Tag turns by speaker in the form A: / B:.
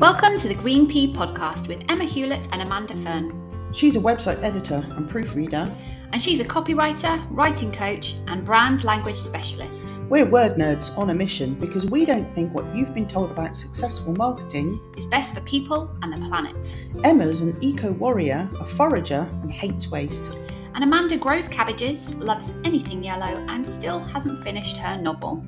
A: Welcome to the Green Pea podcast with Emma Hewlett and Amanda Fern.
B: She's a website editor and proofreader.
A: And she's a copywriter, writing coach, and brand language specialist.
B: We're word nerds on a mission because we don't think what you've been told about successful marketing.
A: It's best for people and the planet.
B: Emma's an eco warrior, a forager, and hates waste.
A: And Amanda grows cabbages, loves anything yellow, and still hasn't finished her novel.